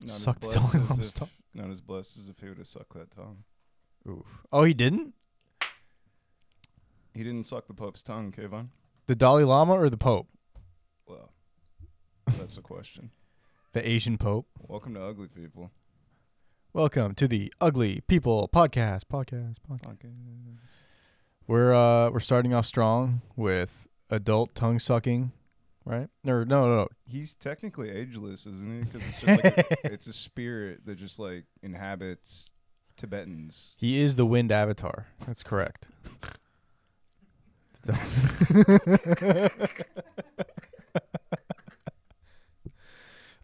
Not as Sucked the blessed tongue as out of if- his tongue. Not as blessed as if he would have sucked that tongue. Oh, he didn't? He didn't suck the Pope's tongue, Kayvon. The Dalai Lama or the Pope? Well, that's a question. The Asian Pope. Welcome to Ugly People. Welcome to the Ugly People podcast. Podcast. Podcast. Podcast. We're uh we're starting off strong with adult tongue sucking, right? Or no, no, no. He's technically ageless, isn't he? Because it's just like a, it's a spirit that just like inhabits Tibetans. He is the wind avatar. That's correct.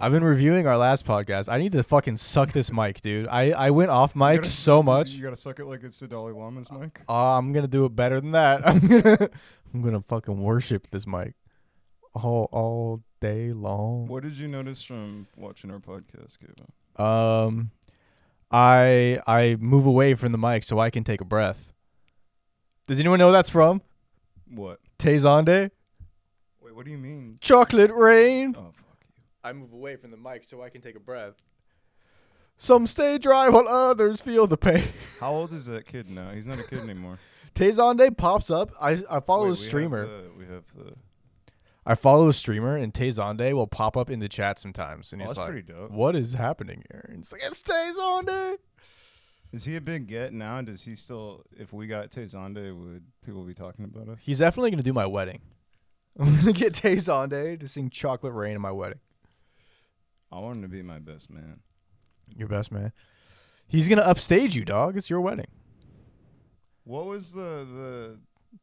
I've been reviewing our last podcast. I need to fucking suck this mic, dude. I, I went off You mic gotta- so much. You gotta suck it like it's the Dalai Lama's mic. Uh, I'm gonna do it better than that. I'm gonna I'm gonna fucking worship this mic all all day long. What did you notice from watching our podcast, Kayvon? Um, I I move away from the mic so I can take a breath. Does anyone know where that's from? What? Tezonde? Wait, what do you mean? Chocolate rain. Oh, fuck you. I move away from the mic so I can take a breath. Some stay dry while others feel the pain. How old is that kid now? He's not a kid anymore. Tezonde pops up. I I follow Wait, a we have streamer. the- we have the. oh, I follow a streamer and Tezonde will pop up in the chat sometimes and he's Oh, that's like, pretty dope. "What is happening here?" And it's like, "It's Tezonde." Is he a big get now? Does he still? If we got Tezonde, would people be talking about us? He's definitely gonna do my wedding. I'm gonna get Tezonde to sing "Chocolate Rain" at my wedding. I want him to be my best man. Your best man. He's gonna upstage you, dog. It's your wedding. What was the the?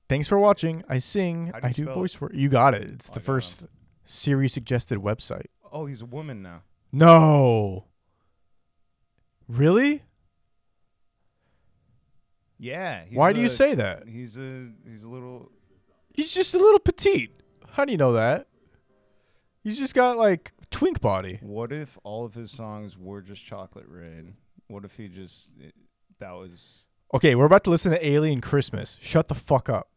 Thanks for watching. I sing. How do you I do spell Oh, voice work. You got it. It's I the got first Siri suggested website. Oh, he's a woman now. No. Really? Yeah. he's Why do you a- say that? He's a he's a little. He's just a little petite. How do you know that? He's just got like twink body. What if all of his songs were just chocolate rain? What if he just it- that was Okay, we're about to listen to Alien Christmas. Shut the fuck up.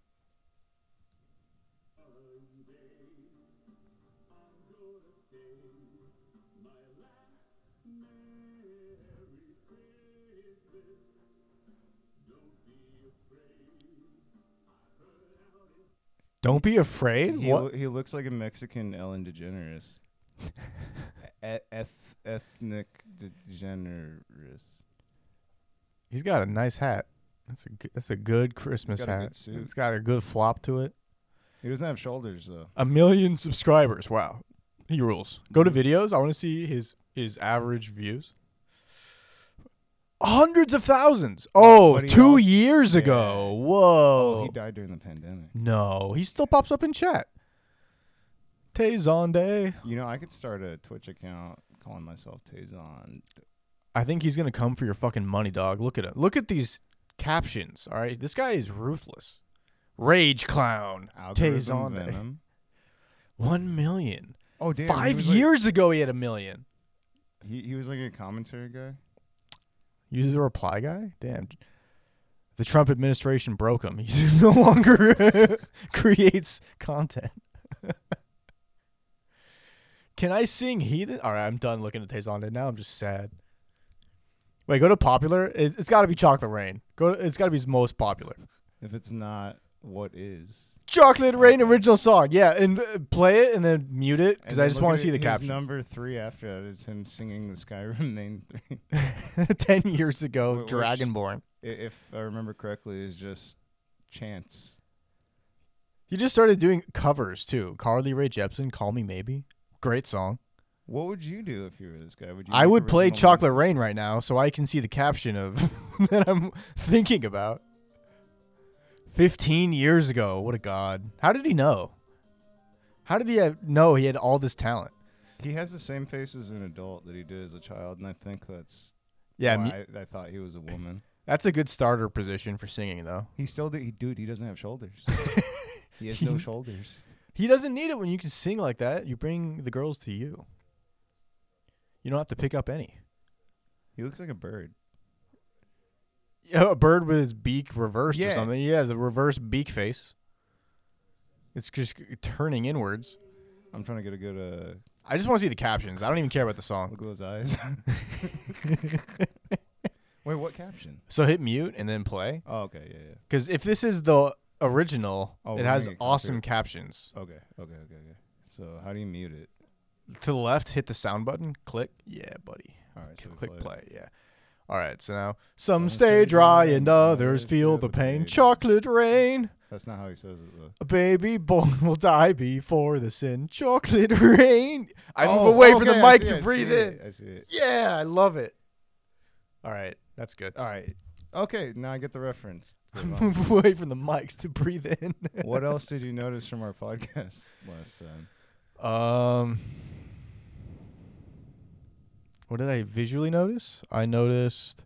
Don't be afraid. He, what? loo- he looks like a Mexican Ellen DeGeneres. E- eth- ethnic DeGeneres. He's got a nice hat. That's a good, that's a good Christmas got a hat. good suit. It's got a good flop to it. He doesn't have shoulders though. A million subscribers. Wow. He rules. Go to videos. I want to see his his average views. Hundreds of thousands. Oh, But he two also- years yeah. ago. Oh, Whoa. he died during the pandemic. no, he still pops up in chat. Tezonde. You know, I could start a Twitch account calling myself Tazon. I think he's gonna come for your fucking money, dog. Look at him. Look at these captions. All right, this guy is ruthless. Rage clown. Algorithm Tezonde. Venom. One million. Oh, damn, he Five was like- years ago, he had a million. he he was like a commentary guy. He's the reply guy? Damn. The Trump administration broke him. He no longer creates content. Can I sing Heathen? All right, I'm done looking at Tazonda now. I'm just sad. Wait, go to popular. It, it's got to be Chocolate Rain. Go. To, it's got to be his most popular. If it's not, what is? Oh, Chocolate Rain original song. Yeah, and uh, play it and then mute it because And I then just look want at to see the his captions. Number three after that is him singing the Skyrim main three. Ten years ago, Wait, which- Dragonborn. I- If I remember correctly, is just chance. He just started doing covers too. Carly Rae Jepsen, "Call Me Maybe," great song. What would you do if you were this guy? Would you I make would play original "Chocolate Rain" right now, so I can see the caption of that I'm thinking about. Fifteen years ago, what a god! How did he know? How did he have, know he had all this talent? music? He has the same face as an adult that he did as a child, and I think that's Yeah, why mu- I, I thought he was a woman. that's a good starter position for singing, though. He still did. He, dude, he doesn't have shoulders. he has no shoulders. He doesn't need it when you can sing like that. You bring the girls to you. You don't have to pick up any. He looks like a bird. Yeah, a bird with his beak reversed or Yeah. something. He has a reverse beak face. It's just turning inwards. I'm trying to get a good uh, I just want to see the captions. I don't even care about the song. Look at those eyes. Wait, what caption? So hit mute and then play. Oh, okay, yeah, yeah. Because if this is the original, Oh, it we're has gonna get awesome captions. Okay, okay, okay, okay. So how do you mute it? To the left, hit the sound button. Click. Yeah, buddy. All right, so we click play play. it. Yeah. All right. So now some stay dry and others feel the pain. Chocolate rain. That's not how he says it though. A baby born will die before the sin. Chocolate rain. I move Oh, away from the okay, I mic see to it, I breathe see in. it, I see it. Yeah, I love it. All right, that's good. All right. Okay, now I get the reference. I Good one. move away from the mics to breathe in. what else did you notice from our podcast last time? Um, what did I visually notice? I noticed.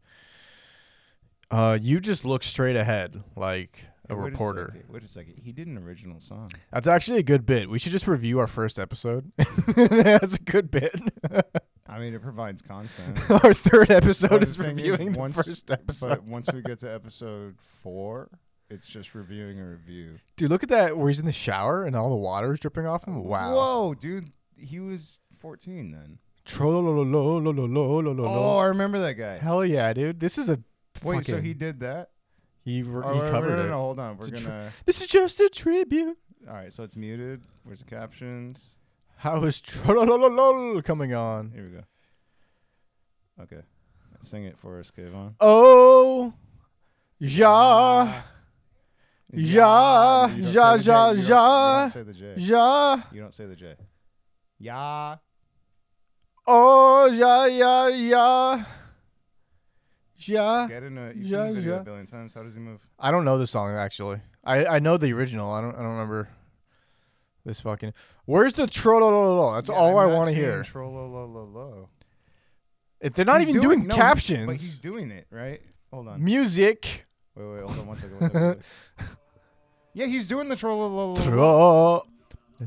Uh, you just look straight ahead like a Hey, wait reporter. second, wait a second. He did an original song. That's actually a good bit. We should just review our first episode. That's a good bit. I mean, it provides content. our third But episode the is thing is, reviewing the once- first episode. but once we get to episode four, it's just reviewing a review. Dude, look at that where he's in the shower and all the water is dripping off him. Oh, Wow. Whoa, dude. He was 14 then. Oh, Trolololololololololo. I remember that guy. Hell yeah, dude. This is a Wait, so fucking- he did that? he, re- Oh, he wait, wait, covered no, no, it. no, hold on. We're It's a tr- gonna. This is just a tribute. All right, so it's muted. Where's the captions? How is trololololol coming on? Here we go. Okay, sing it for us, Kayvon. Oh, ja, Ja, You don't ja, say the J, you ja, don't- ja. You don't say the J. You don't say ja, the J. Ya. oh, ja, ja, ja, ja. Get in a. You've Ja, seen the video ja. a billion times. How does he move? I don't know the song actually. I, I know the original. I don't I don't remember this fucking. Where's the trolololol? That's Yeah, all I'm I not want to seeing hear. Trololololo. If they're not He's even doing, no, he- captions. But he's doing it right. Hold on. Music. Wait, wait, hold on one second. one second, one second. yeah, he's doing the trololololo. Tro.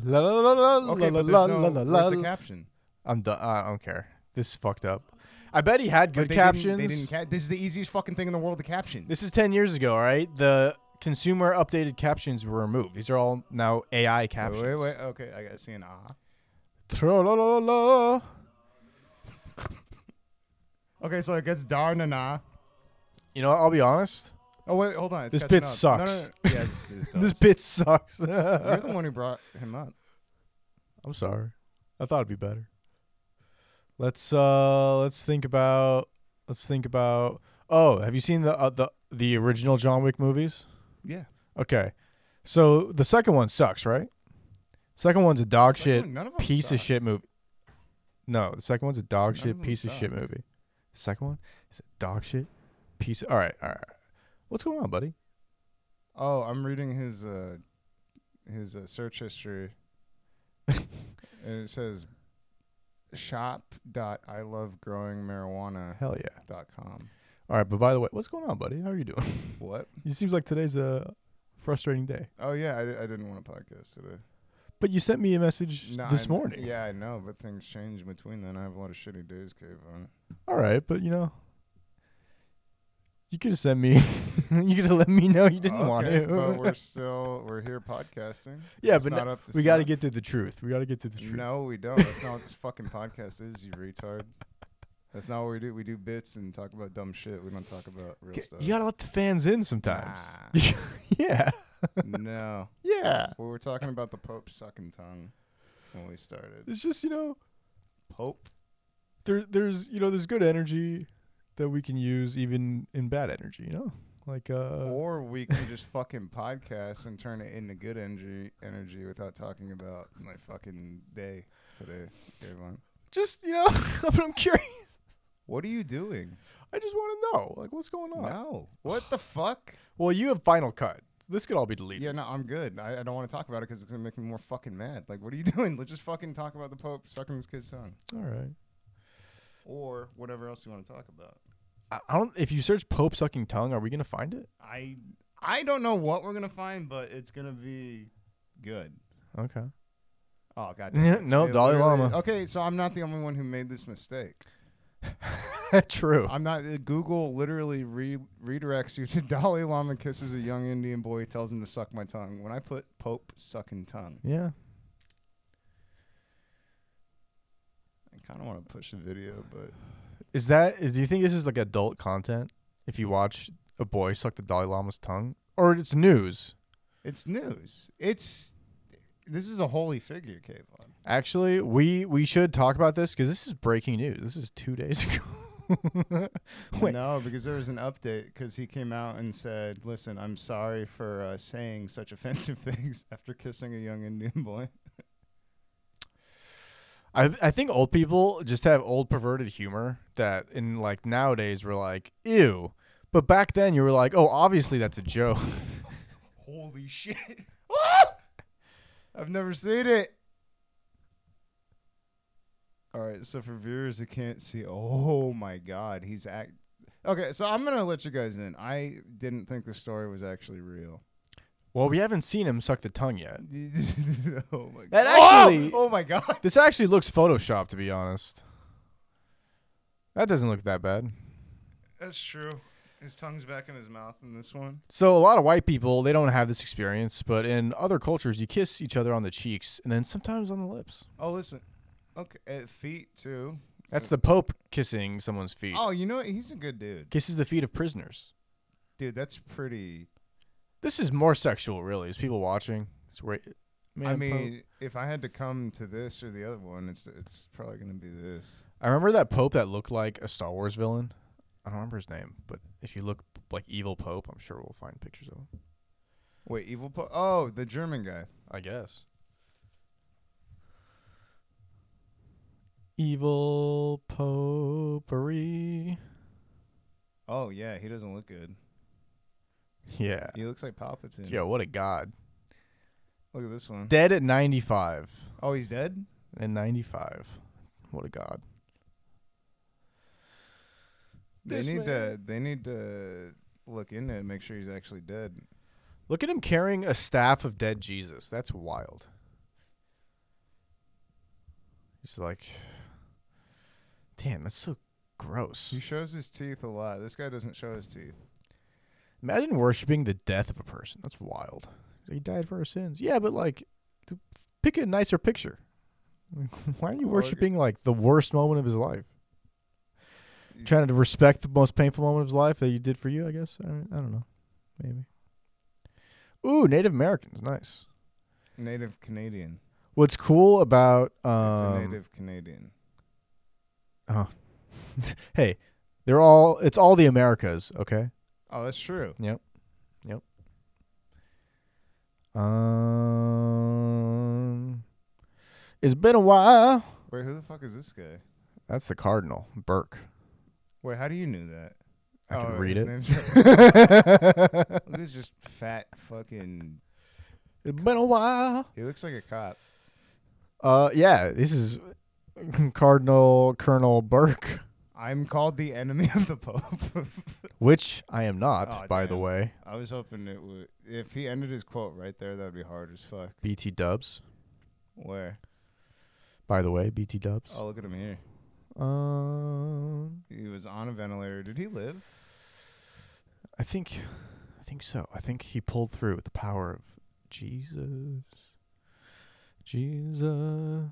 La la la la la Okay, la but la there's no, la la where's the la. caption? I'm done. I don't care. This is fucked up. I bet he had But good they captions. Didn't, they didn't ca- this is the easiest fucking thing in the world to caption. this is 10 years ago, all right? The consumer updated captions were removed. These are all now AI captions. Wait, wait, wait. Okay, I got to see an ah. Trolololol. Okay, so it gets darn and ah. You know, what? I'll be honest. Oh wait, hold on. It's This catching up. bit No, no, sucks. no. Yeah, this, this does. This bit sucks. You're the one who brought him up. I'm sorry. I thought it'd be better. Let's uh let's think about let's think about Oh, have you seen the uh, the the original John Wick movies? Yeah. Okay. So the second one sucks, right? Second one's a dog Second shit one, none of 'em piece of suck. shit movie. No, the second one's a None dog of shit 'em piece of shit movie. second one is a dog shit piece. Of, all right, all right. What's going on, buddy? Oh, I'm reading his uh, his uh, search history, and it says shop dot I love growing marijuana Hell yeah. dot com. All right, but by the way, what's going on, buddy? How are you doing? What? it seems like today's a frustrating day. Oh yeah, I, di- I didn't want to podcast today. But you sent me a message No, this I- morning. Yeah, I know, but things change in between then. I have a lot of shitty days, Kayvon. All right, but you know, you could have sent me. you could have let me know you didn't want Oh, Okay, but we're to. still we're here podcasting. Yeah, It's but not up to we got to snuff. get to the truth. We got to get to the truth. No, we don't. That's not what this fucking podcast is, you retard. That's not what we do. We do bits and talk about dumb shit. We don't talk about real G- stuff. you gotta let the fans in sometimes. Nah. yeah, no. yeah. We were talking about the Pope sucking tongue when we started. It's just you know, Pope? there, there's you know, there's good energy that we can use even in bad energy. You know, like uh, Or we can just fucking podcast and turn it into good energy energy without talking about my fucking day today, Kayvon. just you know, I'm curious. What are you doing? I just want to know, like, what's going on? No. What the fuck? Well, you have Final Cut. This could all be deleted. Yeah, no, I'm good. I, I don't want to talk about it because it's gonna make me more fucking mad. Like, what are you doing? Let's just fucking talk about the Pope sucking this kid's tongue, All right. or whatever else you want to talk about. I I don't. If you search Pope sucking tongue, are we gonna find it? I I don't know what we're gonna find, but it's gonna be good. Okay. Oh god. No, Dalai Lama. Okay, so I'm not the only one who made this mistake. True. I'm not. uh, Google literally re- redirects you to Dalai Lama kisses a young Indian boy, tells him to suck my tongue. When I put Pope sucking tongue, Yeah. kind of want to push the video, but Is that? Is, do you think this is like adult content? If you watch a boy suck the Dalai Lama's tongue, or it's news? it's news. It's this is a holy figure, Kayvon. Actually, we we should talk about this because this is breaking news. This is two days ago. Wait. No, because there was an update because he came out and said, "Listen, I'm sorry for uh, saying such offensive things after kissing a young Indian boy." I I think old people just have old perverted humor that in like nowadays we're like ew, but back then you were like oh obviously that's a joke. Holy shit! I've never seen it. All right, so for viewers who can't see, oh my god, he's act. Okay, so I'm gonna let you guys in. I didn't think the story was actually real. Well, we haven't seen him suck the tongue yet. oh my god! That actually- oh my god! This actually looks photoshopped to be honest. That doesn't look that bad. That's true. His tongue's back in his mouth in this one. So a lot of white people they don't have this experience, but in other cultures you kiss each other on the cheeks and then sometimes on the lips. Oh, listen. Okay, uh, feet too. That's the Pope kissing someone's feet. Oh, you know what? He's a good dude. Kisses the feet of prisoners. Dude, that's pretty. This is more sexual, really. Is people watching? It's ra- man, I Pope. mean, if I had to come to this or the other one, it's it's probably gonna be this. I remember that Pope that looked like a Star Wars villain. I don't remember his name, but if you look like evil Pope, I'm sure we'll find pictures of him. Wait, evil po- Oh, the German guy. I guess. Evil popery. Oh yeah, he doesn't look good. Yeah. He looks like Palpatine. Yo, what a god. Look at this one. Dead at 95. Oh, he's dead. And 95. What a god. They This need man. to. They need to look into it, and make sure he's actually dead. Look at him carrying a staff of dead Jesus. That's wild. He's like, damn, that's so gross. He shows his teeth a lot. This guy doesn't show his teeth. Imagine worshiping the death of a person. That's wild. He died for our sins. Yeah, but like, th- pick a nicer picture. Like, Why are you Well, worshiping like the worst moment of his life? Trying to respect the most painful moment of his life that you did for you, I guess. I, I don't know. Maybe. Ooh, Native Americans. Nice. Native Canadian. What's cool about it's a um, native Canadian. hey, they're all it's all the Americas, okay? Oh, that's true. Um, it's been a while. Wait, who the fuck is this guy? That's the Cardinal Burke. Wait, how do you know that? Oh, I can read his it. name's right- it's Look, he's just fat fucking. been a while. He looks like a cop. Uh, yeah, this is Cardinal Colonel Burke, I'm called the enemy of the Pope. which I am not, Aw, by the damn. way. I was hoping it would. If he ended his quote right there, that would be hard as fuck. BT Dubs, Where? by the way, BT Dubs. Oh, look at him here. Oh. Um, He was on a ventilator. Did he live? I think, I think so. I think he pulled through with the power of Jesus. Jesus.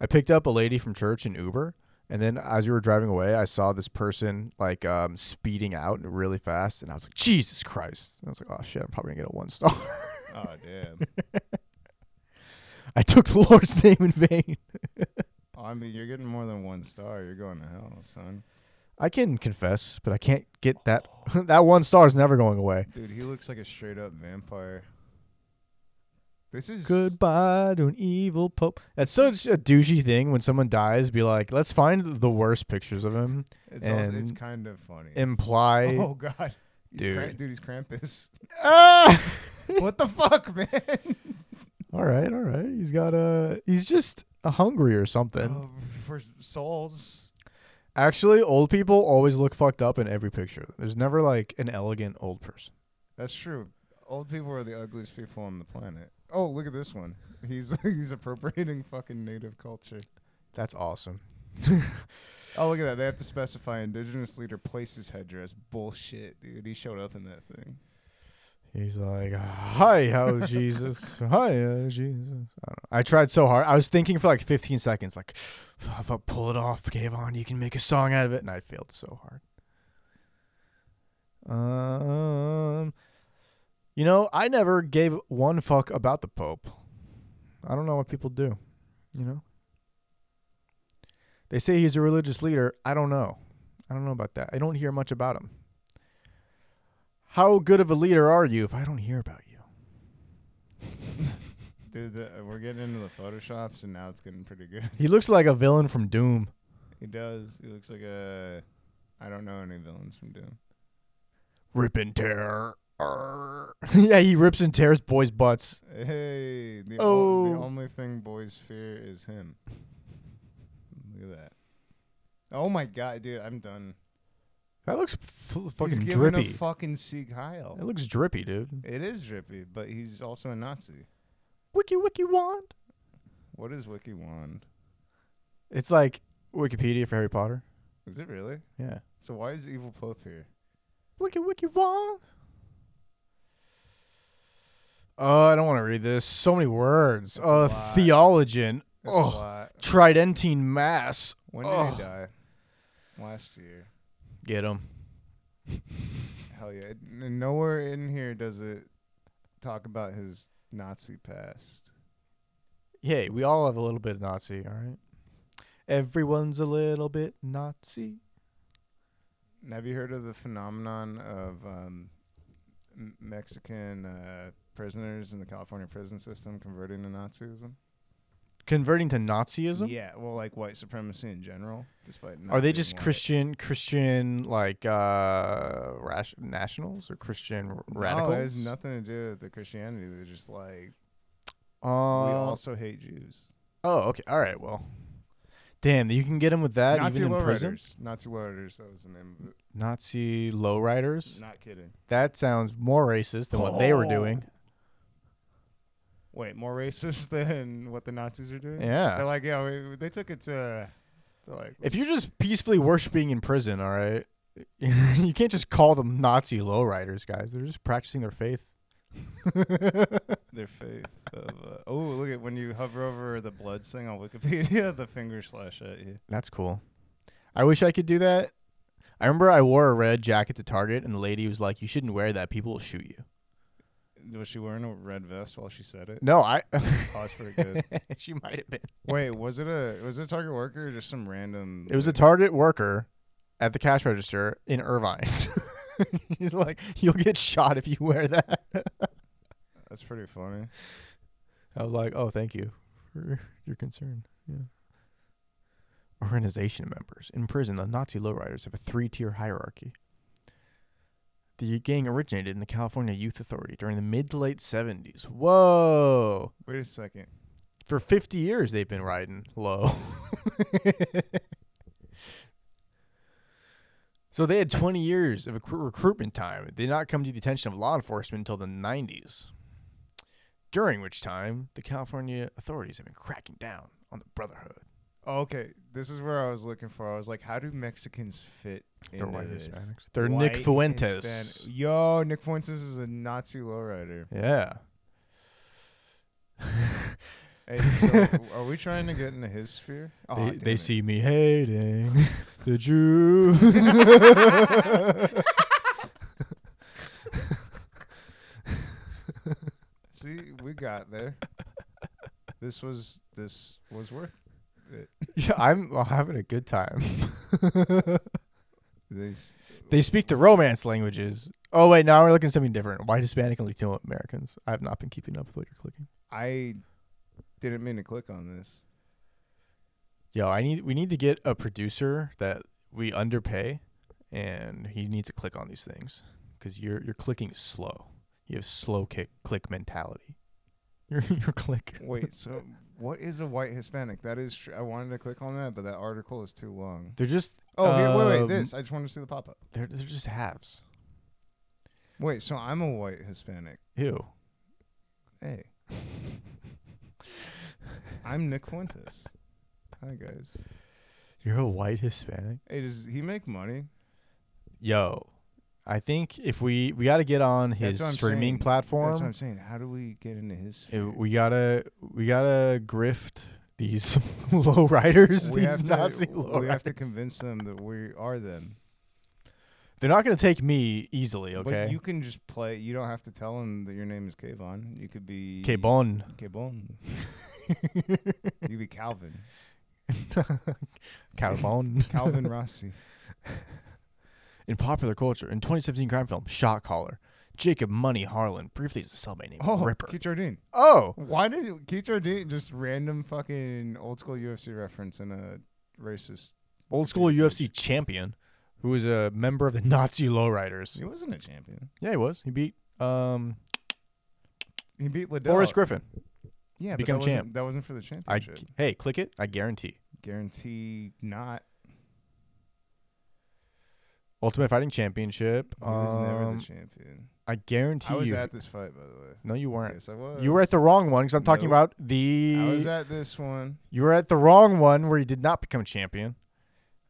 I picked up a lady from church in Uber, and then as we were driving away, I saw this person like um, speeding out really fast, and I was like, Jesus Christ! And I was like, Oh shit, I'm probably gonna get a one star. Oh, damn. I took the Lord's name in vain. Oh, I mean, you're getting more than one star. You're going to hell, son. I can confess, but I can't get that. that one star is never going away. Dude, he looks like a straight up vampire. This is Goodbye to an evil pope. That's such a douchey thing when someone dies. Be like, let's find the worst pictures of him. It's also, it's and kind of funny. Imply. oh God, he's dude, Dude. dude, he's Krampus. Ah! what the fuck, man? all right, all right. He's got a. He's just a hungry or something. Oh, for souls. Actually, old people always look fucked up in every picture. There's never like an elegant old person. That's true. Old people are the ugliest people on the planet. Oh, look at this one. He's he's appropriating fucking native culture. That's awesome. Oh, look at that. They have to specify indigenous leader places headdress. Bullshit, dude. He showed up in that thing. He's like, "Hi, how Jesus, hi, uh, Jesus." I, don't know. I tried so hard. I was thinking for like 15 seconds, like, "If I pull it off, Gavon, you can make a song out of it," and I failed so hard. Um, you know, I never gave one fuck about the Pope. I don't know what people do. You know, they say he's a religious leader. I don't know. I don't know about that. I don't hear much about him. How good of a leader are you if I don't hear about you? Dude, the, uh, we're getting into the photoshops, and now it's getting pretty good. He looks like a villain from Doom. He does. He looks like a. I don't know any villains from Doom. Rip and tear. Arr. yeah, he rips and tears boys' butts. Hey, the, o- the Oh. only thing boys fear is him. Look at that. Oh my god, dude, I'm done. That looks f- He's fucking giving drippy. a fucking Sieg Heil. it looks drippy, dude. It is drippy, but he's also a Nazi. Wiki wiki wand. What is Wiki Wand? It's like Wikipedia for Harry Potter. Is it really? Yeah. So why is Evil Pope here? Wiki wiki wand. Oh, I don't want to read this. So many words. That's a Uh, lot. theologian. That's a Oh, lot. tridentine mass. When did Ugh. he die? Last year. Get him. Hell yeah. It- n- Nowhere in here does it talk about his Nazi past. Hey, we all have a little bit of Nazi, all right? Everyone's a little bit Nazi. And Have you heard of the phenomenon of um, M- Mexican uh, prisoners in the California prison system converting to Nazism? Converting to Nazism? Yeah, well, like white supremacy in general, despite not Are they being just white. Christian, Christian like uh rash- nationals or Christian r- radicals? No, it has nothing to do with the Christianity. They're just like Uh, we also hate Jews. oh, okay. All right. Well, damn, you can get them with that Nazi even in prison. lowriders. Nazi lowriders. That was the name of it. Nazi lowriders. Not kidding. That sounds more racist than what they were doing. Wait, more racist than what the Nazis are doing? They're Yeah. like, yeah, we, they took it to. They're like, If you're just peacefully worshiping in prison, all right, you can't just call them Nazi lowriders, guys. They're just practicing their faith. their faith of. Uh, oh, look at when you hover over the bloods thing on Wikipedia, the finger slash at you. That's cool. I wish I could do that. I remember I wore a red jacket to Target, and the lady was like, "You shouldn't wear that. People will shoot you." Was she wearing a red vest while she said it? No, I. Oh, that's pretty good. she might have been. Wait, was it a was it a Target worker or just some random? It was a Target worker at the cash register in Irvine. He's like, "You'll get shot if you wear that." That's pretty funny. I was like, "Oh, thank you for your concern." Yeah. Organization members in prison. The Nazi lowriders have a three-tier hierarchy. The gang originated in the California Youth Authority during the mid to late seventies. Whoa! Wait a second. For fifty years, they've been riding low. so they had twenty years of recru- recruitment time. It did not come to the attention of law enforcement until the nineties. During which time, the California authorities have been cracking down on the Brotherhood. Oh, okay, this is where I was looking for. I was like, how do Mexicans fit into They're white this? Hispanics. They're Nick White Fuentes. Hispan- Yo, Nick Fuentes is a Nazi lowrider. Yeah. Hey, so are we trying to get into his sphere? Oh, they damn they it. see me hating the Jews. See, we got there. this was this was worth. yeah, I'm having a good time. This They speak the Romance languages. Oh wait, now we're looking at something different. White Hispanic and Latino Americans. I have not been keeping up with what you're clicking. I didn't mean to click on this. Yo, I need we need to get a producer that we underpay, and he needs to click on these things because you're you're clicking slow. You have slow kick click mentality. Your your click. Wait, so what is a white Hispanic? That is, tr- I wanted to click on that, but that article is too long. They're just Oh, here, wait, wait, um, this. I just wanted to see the pop up. They're they're just halves. Wait, so I'm a white Hispanic. Ew. Hey, I'm Nick Fuentes. Hi guys. You're a white Hispanic. Hey, does he make money? Yo, I think if we we got to get on his what I'm streaming saying. That's what I'm platform, saying. How do we get into his? it- sphere? we gotta we gotta grift these low riders, we these have Nazi to. low We have to riders. convince them that we are them. They're not gonna take me easily. But Okay. you can just play. You don't have to tell them that your name is Kayvon. You could be Okay, Bon. Kayvon. you could be Calvin. Carbon. Calvin Rossi. In popular culture, in 2017 crime film Shot Caller, Jacob Money Harlan briefly is a cellmate named Oh, Ripper. Keith Jardine. Oh, Why did Keith Jardine just random fucking old school UFC reference in a racist? old school UFC champion, who was a member of the Nazi lowriders. He wasn't a champion. Yeah, he was. He beat um He beat Liddell. Forrest Griffin. yeah, but become that wasn't- champ. That wasn't for the I championship. hey, click it. I guarantee. Guarantee not. Ultimate Fighting Championship. He was never um, the champion. I guarantee I was you. at this fight, by the way. no, you weren't. Yes, I was. You were at the wrong one because I'm talking Nope. about I was the. at this one. you were at the wrong one where he did not become a champion.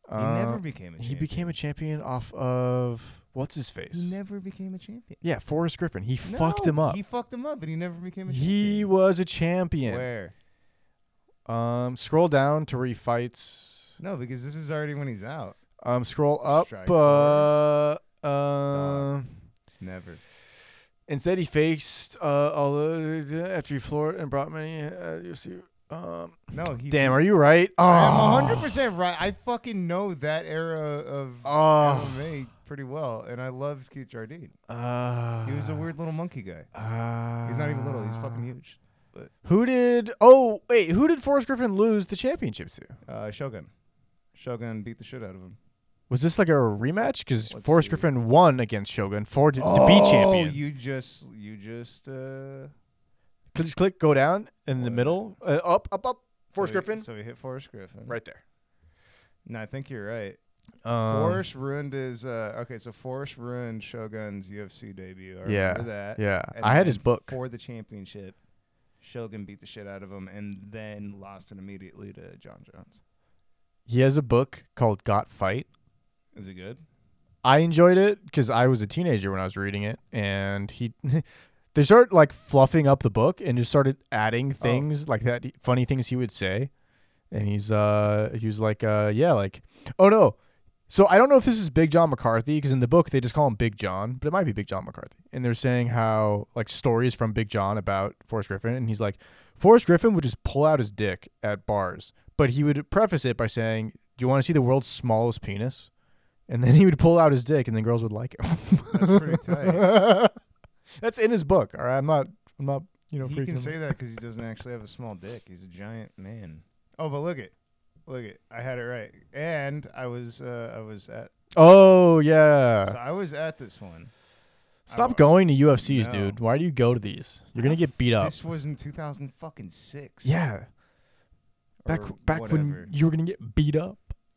Um, He never became a Uh, He champion. became a champion off of what's his face. He never became a champion. yeah, Forrest Griffin. He fucked him No, up. He fucked him up, but he never became a He champion. was a champion. where? Um, scroll down to where he fights. No, because this is already when he's out. Um, scroll up. Strike Uh, force. uh, Never. Instead, he faced uh, all the, after he floored and brought many. Uh, you see, um, No, he. damn, are you right? Oh, I'm 100 percent right. I fucking know that era of Oh. MMA pretty well, and I loved Keith Jardine. Uh, He was a weird little monkey guy. Uh, He's not even little. He's fucking huge. Who did? Oh, wait, who did Forrest Griffin lose the championship to? Uh, Shogun. Shogun beat the shit out of him. Was this like a rematch? Because Let's Forrest see. Oh, Griffin won against Shogun for to, to be champion. you just, you just. Uh, Cl- just click, go down in the What? middle, uh, up, up, up. Forrest so he- Griffin, so he hit Forrest Griffin. right there. No, I think you're right. Um, Forrest ruined his. Uh, okay, so Forrest ruined Shogun's UFC debut. I remember Yeah, that. Yeah, And I had then his book. for the championship. Shogun beat the shit out of him and then lost it immediately to John Jones. He has a book called Got Fight. Is it good? I enjoyed it because I was a teenager when I was reading it, and he they started like fluffing up the book and just started adding things like that, funny things he would say, and he's uh he was like uh yeah like oh no, so I don't know if this is Big John McCarthy because in the book they just call him Big John, but it might be Big John McCarthy, and they're saying how like stories from Big John about Forrest Griffin, and he's like Forrest Griffin would just pull out his dick at bars, but he would preface it by saying, "Do you want to see the world's smallest penis?" And then he would pull out his dick, and then girls would like him. That's pretty tight. That's in his book. All right, I'm not. I'm not. You know, he freaking can him say out. that because he doesn't actually have a small dick. He's a giant man. Oh, but look it, look it. I had it right, and I was, uh, I was at, Oh yeah. so I was at this one. Stop I- going to UFCs, No. dude. Why do you go to these? You're gonna get beat up. This was in 2006. Yeah. Back or back whatever. when you were gonna get beat up.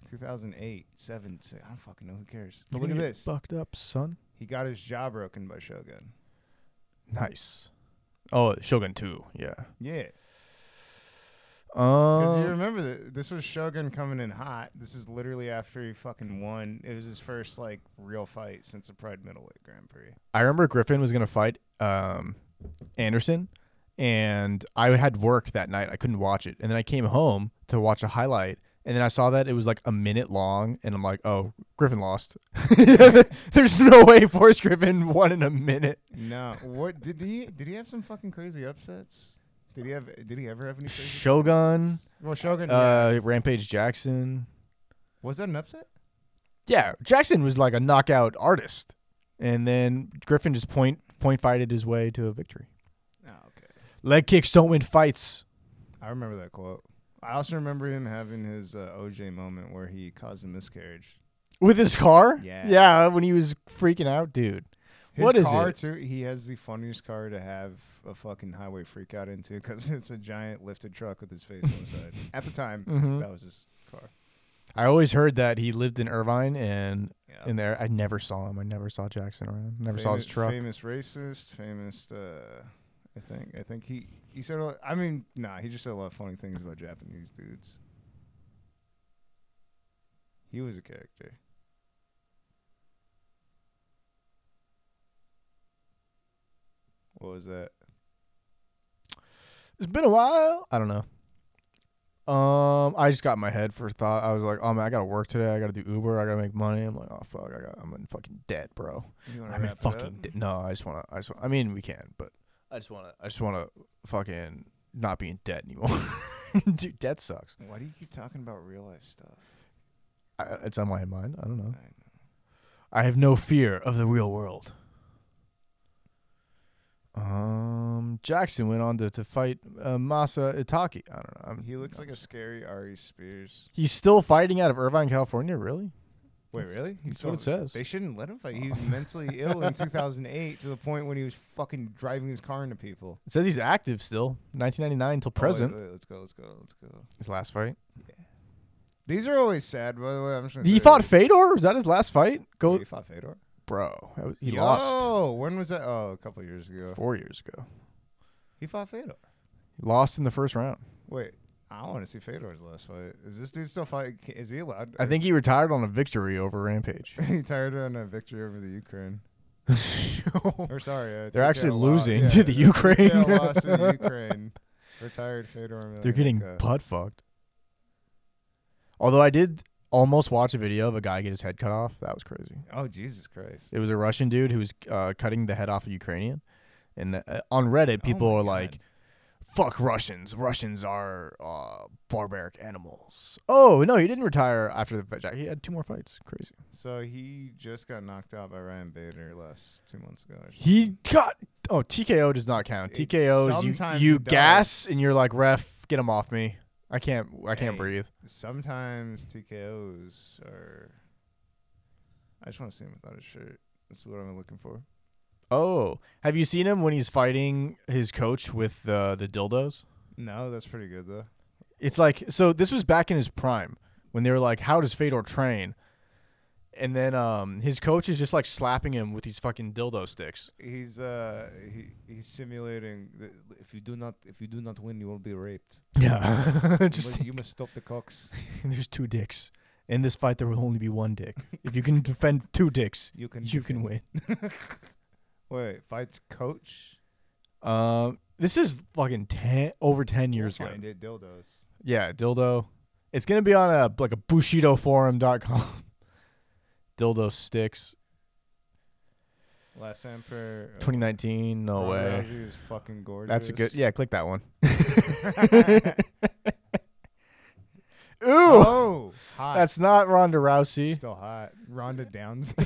2008, 7, six, I don't fucking know. Who cares? You're But look gonna at get this. Fucked up, son. He got his jaw broken by Shogun. Nice. Oh, Shogun Two. Yeah. Yeah. Because you Um. remember that this was Shogun coming in hot. This is literally after he fucking won. It was his first like real fight since the Pride Middleweight Grand Prix. I remember Griffin was gonna fight um, Anderson, and I had work that night. I couldn't watch it, and then I came home to watch a highlight, and then I saw that it was like a minute long, and I'm like, "Oh, Griffin lost." There's no way Forrest Griffin won in a minute. No, what did he? Did he have some fucking crazy upsets? Did he have? Did he ever have any? Crazy Shogun, upsets? Well, Shogun. yeah. uh, Rampage Jackson. Was that an upset? Yeah, Jackson was like a knockout artist, and then Griffin just point point fighted his way to a victory. Oh, okay. Leg kicks don't win fights. I remember that quote. I also remember him having his uh, OJ moment where he caused a miscarriage. With his car? Yeah. Yeah, when he was freaking out, dude. His What is car it? too? He has the funniest car to have a fucking highway freak out into because it's a giant lifted truck with his face on the side. At the time, Mhm. that was his car. I always heard that he lived in Irvine and Yeah. in there I never saw him. I never saw Jackson around. Never saw his Famous- truck. Famous racist. Famous. Uh, I think. I think he. He said. a lot- I mean, nah. He just said a lot of funny things about Japanese dudes. He was a character. was that? It's been a while. I don't know. Um, I just got in my head for thought. I was like, oh man, I gotta work today. I gotta do Uber. I gotta make money. I'm like, oh fuck, I got, I'm in fucking debt, bro. You wanna I'm in wrap it up? fucking debt. No, I just wanna. I just. wa- I mean, we can, but I just wanna. I just wanna fucking not be in debt anymore. Dude, debt sucks. Why do you keep talking about real life stuff? I, it's on my mind. I don't know. I know. I have no fear of the real world. Um, Jackson went on to, to fight uh, Masa Itaki. I don't know. I'm, He looks like a scary Ari Spears. He's still fighting out of Irvine, California. Really? Wait, That's- really? He's That's what it says. Oh. They shouldn't let him fight. He was mentally ill in 2008 to the point when he was fucking driving his car into people. It says he's active still, 1999 till Oh, wait, present. wait, let's go. Let's go. Let's go. His last fight. These are always sad. By the way, I'm just gonna He say fought this. Fedor. Was that his last fight? Yeah, Go, He fought Fedor. bro. that was- He Yo, lost when was that? Oh, a couple years ago. four years ago. He fought Fedor. He lost in the first round. Wait, I want to see Fedor's last fight. Is this dude still fighting? Is he allowed? I think he retired on a victory over Rampage. he tired on a victory over the Ukraine. Or sorry, uh, They're TKO actually lo- losing yeah, to the Ukraine. TKO loss to the Ukraine. Retired Fedor. They're getting Emelianenko. butt fucked. Although I did almost watch a video of a guy get his head cut off. That was crazy. Oh Jesus Christ! It was a Russian dude who was uh, cutting the head off a Ukrainian, and uh, on Reddit people Oh my are God. like, "Fuck Russians! Russians are uh, barbaric animals." Oh no, he didn't retire after the fight. He had two more fights. Crazy. So he just got knocked out by Ryan Bader last two months ago. or He got oh TKO does not count. It- TKO is sometimes you you it does. gas and you're like ref, get him off me. I can't I can't Hey. breathe. Sometimes TKOs are. I just want to see him without a shirt. That's what I'm looking for. Oh, have you seen him when he's fighting his coach with the the dildos? No, that's pretty good though. It's like so this was back in his prime when they were like, How does Fedor train? And then um his coach is just like slapping him with these fucking dildo sticks. He's uh he he's simulating. The, if you do not if you do not win, you will be raped. Yeah. You just must- you must stop the cocks. there's two dicks. In this fight there will only be one dick. If you can defend two dicks, You can you can defend- win. Wait, fights coach. Um this is fucking ten over ten years later. did dildos. Yeah, dildo. It's gonna be on a like a bushidoforum.com. dildo sticks. Last time for uh, 2019. No Ronda way. Rousey is fucking gorgeous. That's a good. Yeah, click that one. Ooh, Oh, hot. that's not Ronda Rousey. still hot. Ronda Downs.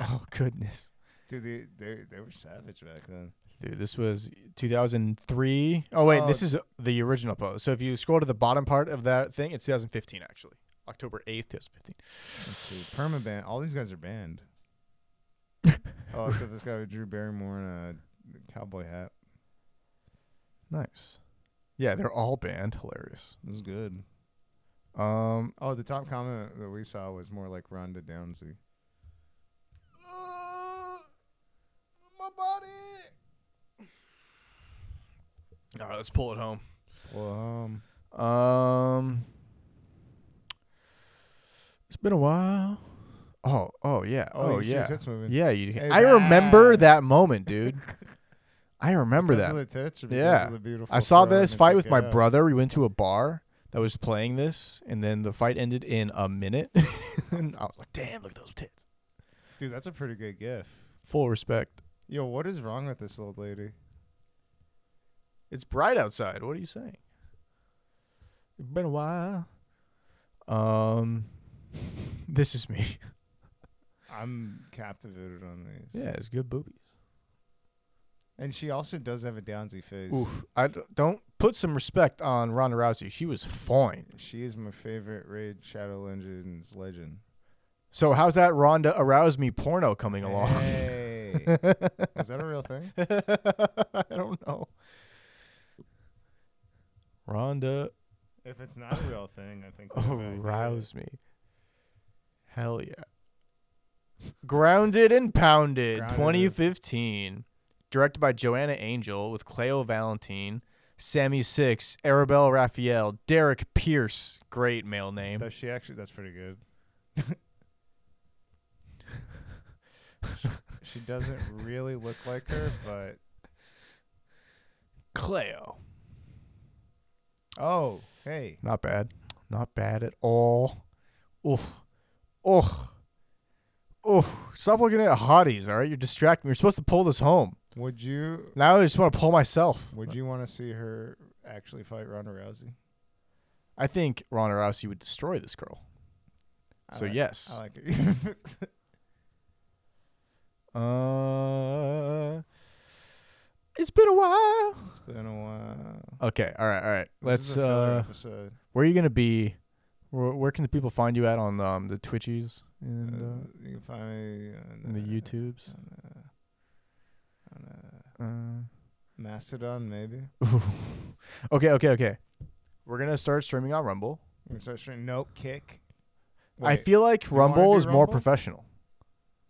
Oh goodness, Dude, they, they they were savage back then. dude, this was 2003. Oh wait, Oh. this is the original post. So if you scroll to the bottom part of that thing, it's 2015 actually, October 8th, 2015. Let's see. Permaban. All these guys are banned. oh, except this guy with Drew Barrymore in a cowboy hat. Nice. Yeah, they're all banned. Hilarious. This is good. Um, Oh, the top comment that we saw was more like Ronda Downsy. Uh, my body. All right, let's pull it home. Well, um, Um, it's been a while. Oh, oh yeah, oh, oh, you can see her yeah, tits moving. yeah. You, Hey, I remember man. that moment, dude. I remember Because of that. the tits or Yeah. because of the beautiful I saw throw this and fight with my TKO? brother. We went to a bar that was playing this, and then the fight ended in a minute. and I was like, "Damn, look at those tits." Dude, that's a pretty good gif. Full respect. Yo, what is wrong with this old lady? It's bright outside. What are you saying? It's been a while. Um, this is me. I'm captivated on these. Yeah, it's good boobies. And she also does have a Downsy face. Oof. I d- don't put some respect on Ronda Rousey. She was fine. She is my favorite Raid Shadow Legends legend. So how's that Ronda arouse me porno coming along? Hey. is that a real thing? I don't know. Ronda If it's not a real thing, I think arouse Oh, me. Hell yeah. Grounded and Pounded Grounded. 2015. Directed by Joanna Angel with Cleo Valentine, Sammy Six, Arabelle Raphael, Derek Pierce. Great male name. Does she actually? That's pretty good. she, She doesn't really look like her, but Cleo. oh, hey, Not bad. Not bad at all. Oof. Oof. Oof. Stop looking at hotties, all right? You're distracting me. You're supposed to pull this home. would you Now I just want to pull myself. would you want to see her actually fight Ronda Rousey? I think Ronda Rousey would destroy this girl. I so like- yes. I like it. uh, it's been a while. it's been a while. Okay. All right. All right. This Let's. is a filler Uh, episode. where are you gonna be? Where, where can the people find you at on um, the Twitchies Uh, and uh, you can find me on and the uh, YouTubes? on, uh, on uh, Uh, Mastodon, maybe. okay. Okay. Okay. We're gonna start streaming on Rumble. We can start streaming. Nope, kick. I Wait. feel like you wanna Rumble do is more Rumble? professional.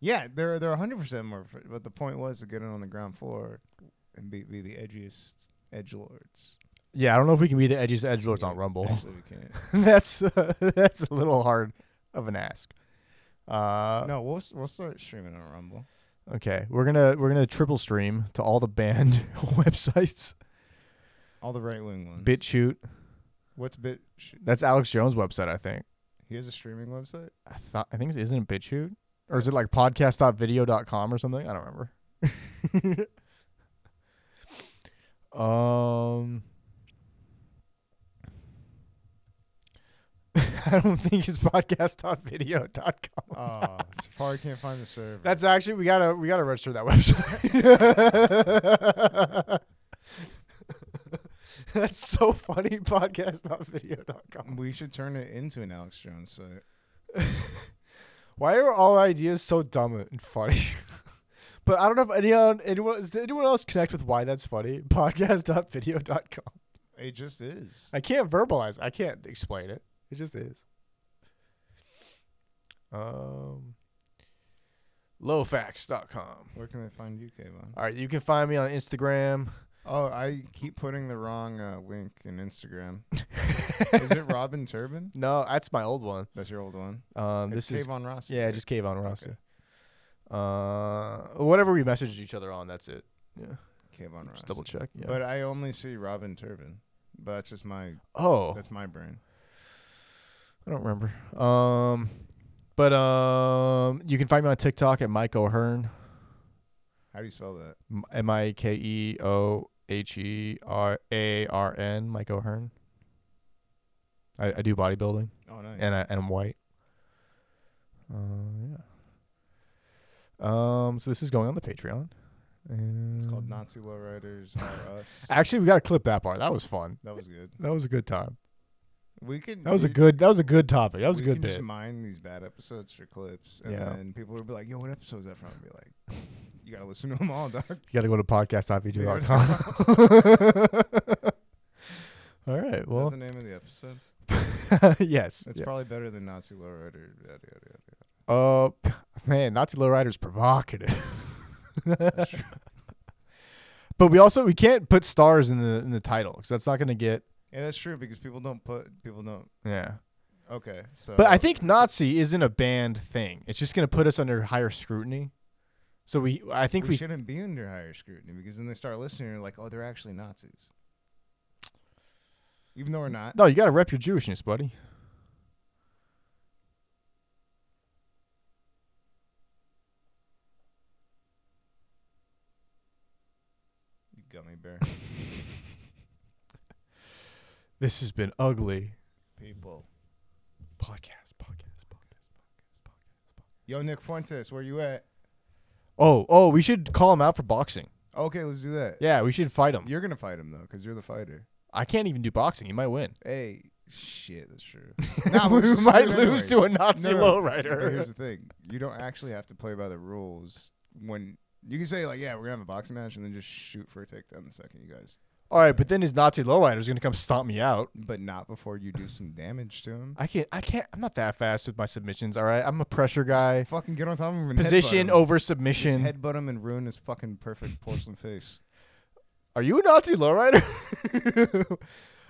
Yeah, they're they're hundred percent more. fr- But the point was to get in on the ground floor and be be the edgiest edge lords. Yeah, I don't know if we can be the edgiest edge lords on Rumble. Actually, we can't. that's that's a little hard of an ask. Uh, No, we'll s- we'll start streaming on Rumble. Okay, we're gonna we're gonna triple stream to all the band websites. All the right wing ones. BitChute. What's bit? Sh- That's Alex Jones' website, I think. he has a streaming website. I thought I think it isn't it BitChute or is it like podcast.video.com or something? I don't remember. um. I don't think it's podcast.video.com. Oh, Safari can't find the server. That's actually we gotta we gotta register that website. That's so funny. Podcast.video.com. we should turn it into an Alex Jones site. Why are all ideas so dumb and funny? but I don't know if anyone anyone does anyone else connect with why that's funny. Podcast.video.com. It just is. I can't verbalize. I can't explain it. It just is. Um lowfacts.com. Where can they find you, Kayvon? All right, you can find me on Instagram. Oh, I keep putting the wrong uh, link in Instagram. is it Robin Turbin? No, that's my old one. That's your old one. Um, It's this is Kayvon Rossi. yeah, right? just Kayvon Rossi. Uh, whatever we messaged each other on, that's it. Yeah, Kayvon Rossi. just double check. Yeah. But I only see Robin Turbin. But that's just my oh, that's my brain. I don't remember. Um, but um, you can find me on TikTok at Mike O'Hearn, How do you spell that? M- M I K E O H E R A R N, Mike O'Hearn. I, I do bodybuilding Oh nice. and I and I'm white. Uh, yeah. Um, so this is going on the Patreon. it's called And- Nazi Lowriders Are Us. Actually, we got to clip that part. That was fun. That was good. That was a good time. We could That was a we- good. That was a good topic. That was a we good can bit. just mine these bad episodes for clips and Yeah. then people would be like, Yo, what episode is that from? I'd be like, You gotta listen to them all, dog. You got to go to podcast.video.com. All right. is Well, that the name of the episode? yes. It's yeah. probably better than Nazi Lowrider. Yada, yada, yada. Uh, p- man, Nazi lowrider's provocative. but we also we can't put stars in the in the title because that's not gonna get And that's true because people don't put people don't yeah. okay. So But I think so- Nazi isn't a banned thing. It's just gonna put us under higher scrutiny. So we I think we, we shouldn't be under higher scrutiny because then they start listening and you're like, oh, they're actually Nazis. Even though we're not. No, you gotta rep your Jewishness, buddy. You gummy bear. This has been ugly. People. Podcast, podcast, podcast, podcast, podcast. Yo, Nick Fuentes, where you at? Oh, oh, we should call him out for boxing. Okay, let's do that. Yeah, we should fight him. You're going to fight him, though, because you're the fighter. I can't even do boxing. He might win. Hey, shit, that's true. we might lose to a Nazi But here's lowrider. the thing you don't actually have to play by the rules when. You can say, like, yeah, we're going to have a boxing match and then just shoot for a takedown the second you guys. All right, but then his Nazi lowrider is gonna come stomp me out. But not before you do some damage to him. I can't. I can't. I'm not that fast with my submissions. All right, I'm a pressure guy. Fucking get on top of him. and headbutt Position him. over Just submission. headbutt him and ruin his fucking perfect porcelain face. Are you a Nazi lowrider?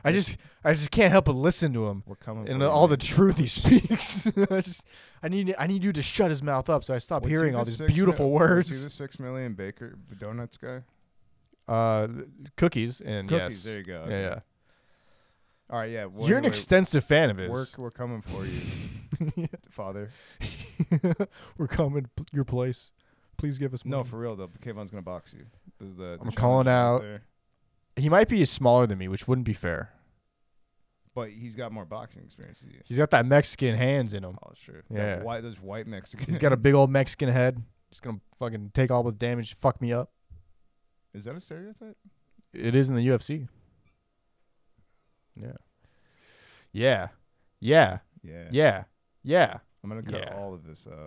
I just I just can't help but listen to him We're coming. and for you, all the man. truth he speaks. I just I need I need you to shut his mouth up so I stop Was he hearing the all these six mil- beautiful Was he the words. six million baker donuts guy? Uh, th- cookies and Cookies. yes, There you go. yeah, okay. yeah. All right. Yeah. well, You're an anyway, extensive fan of his. Work. We're coming for you, father. We're coming p- your place. Please give us money. No, for real though. Kayvon's gonna box you. The- the- the I'm calling challenge's out- there. he might be smaller than me, which wouldn't be fair. But he's got more boxing experience than you. He's got that Mexican hands in him. Oh, sure. Yeah. That white. Those white Mexicans. He's got a big old Mexican head. Just gonna fucking take all the damage, fuck me up. Is that a stereotype? It is in the UFC. Yeah. Yeah. Yeah. Yeah. Yeah. Yeah. I'm gonna cut Yeah. all of this out.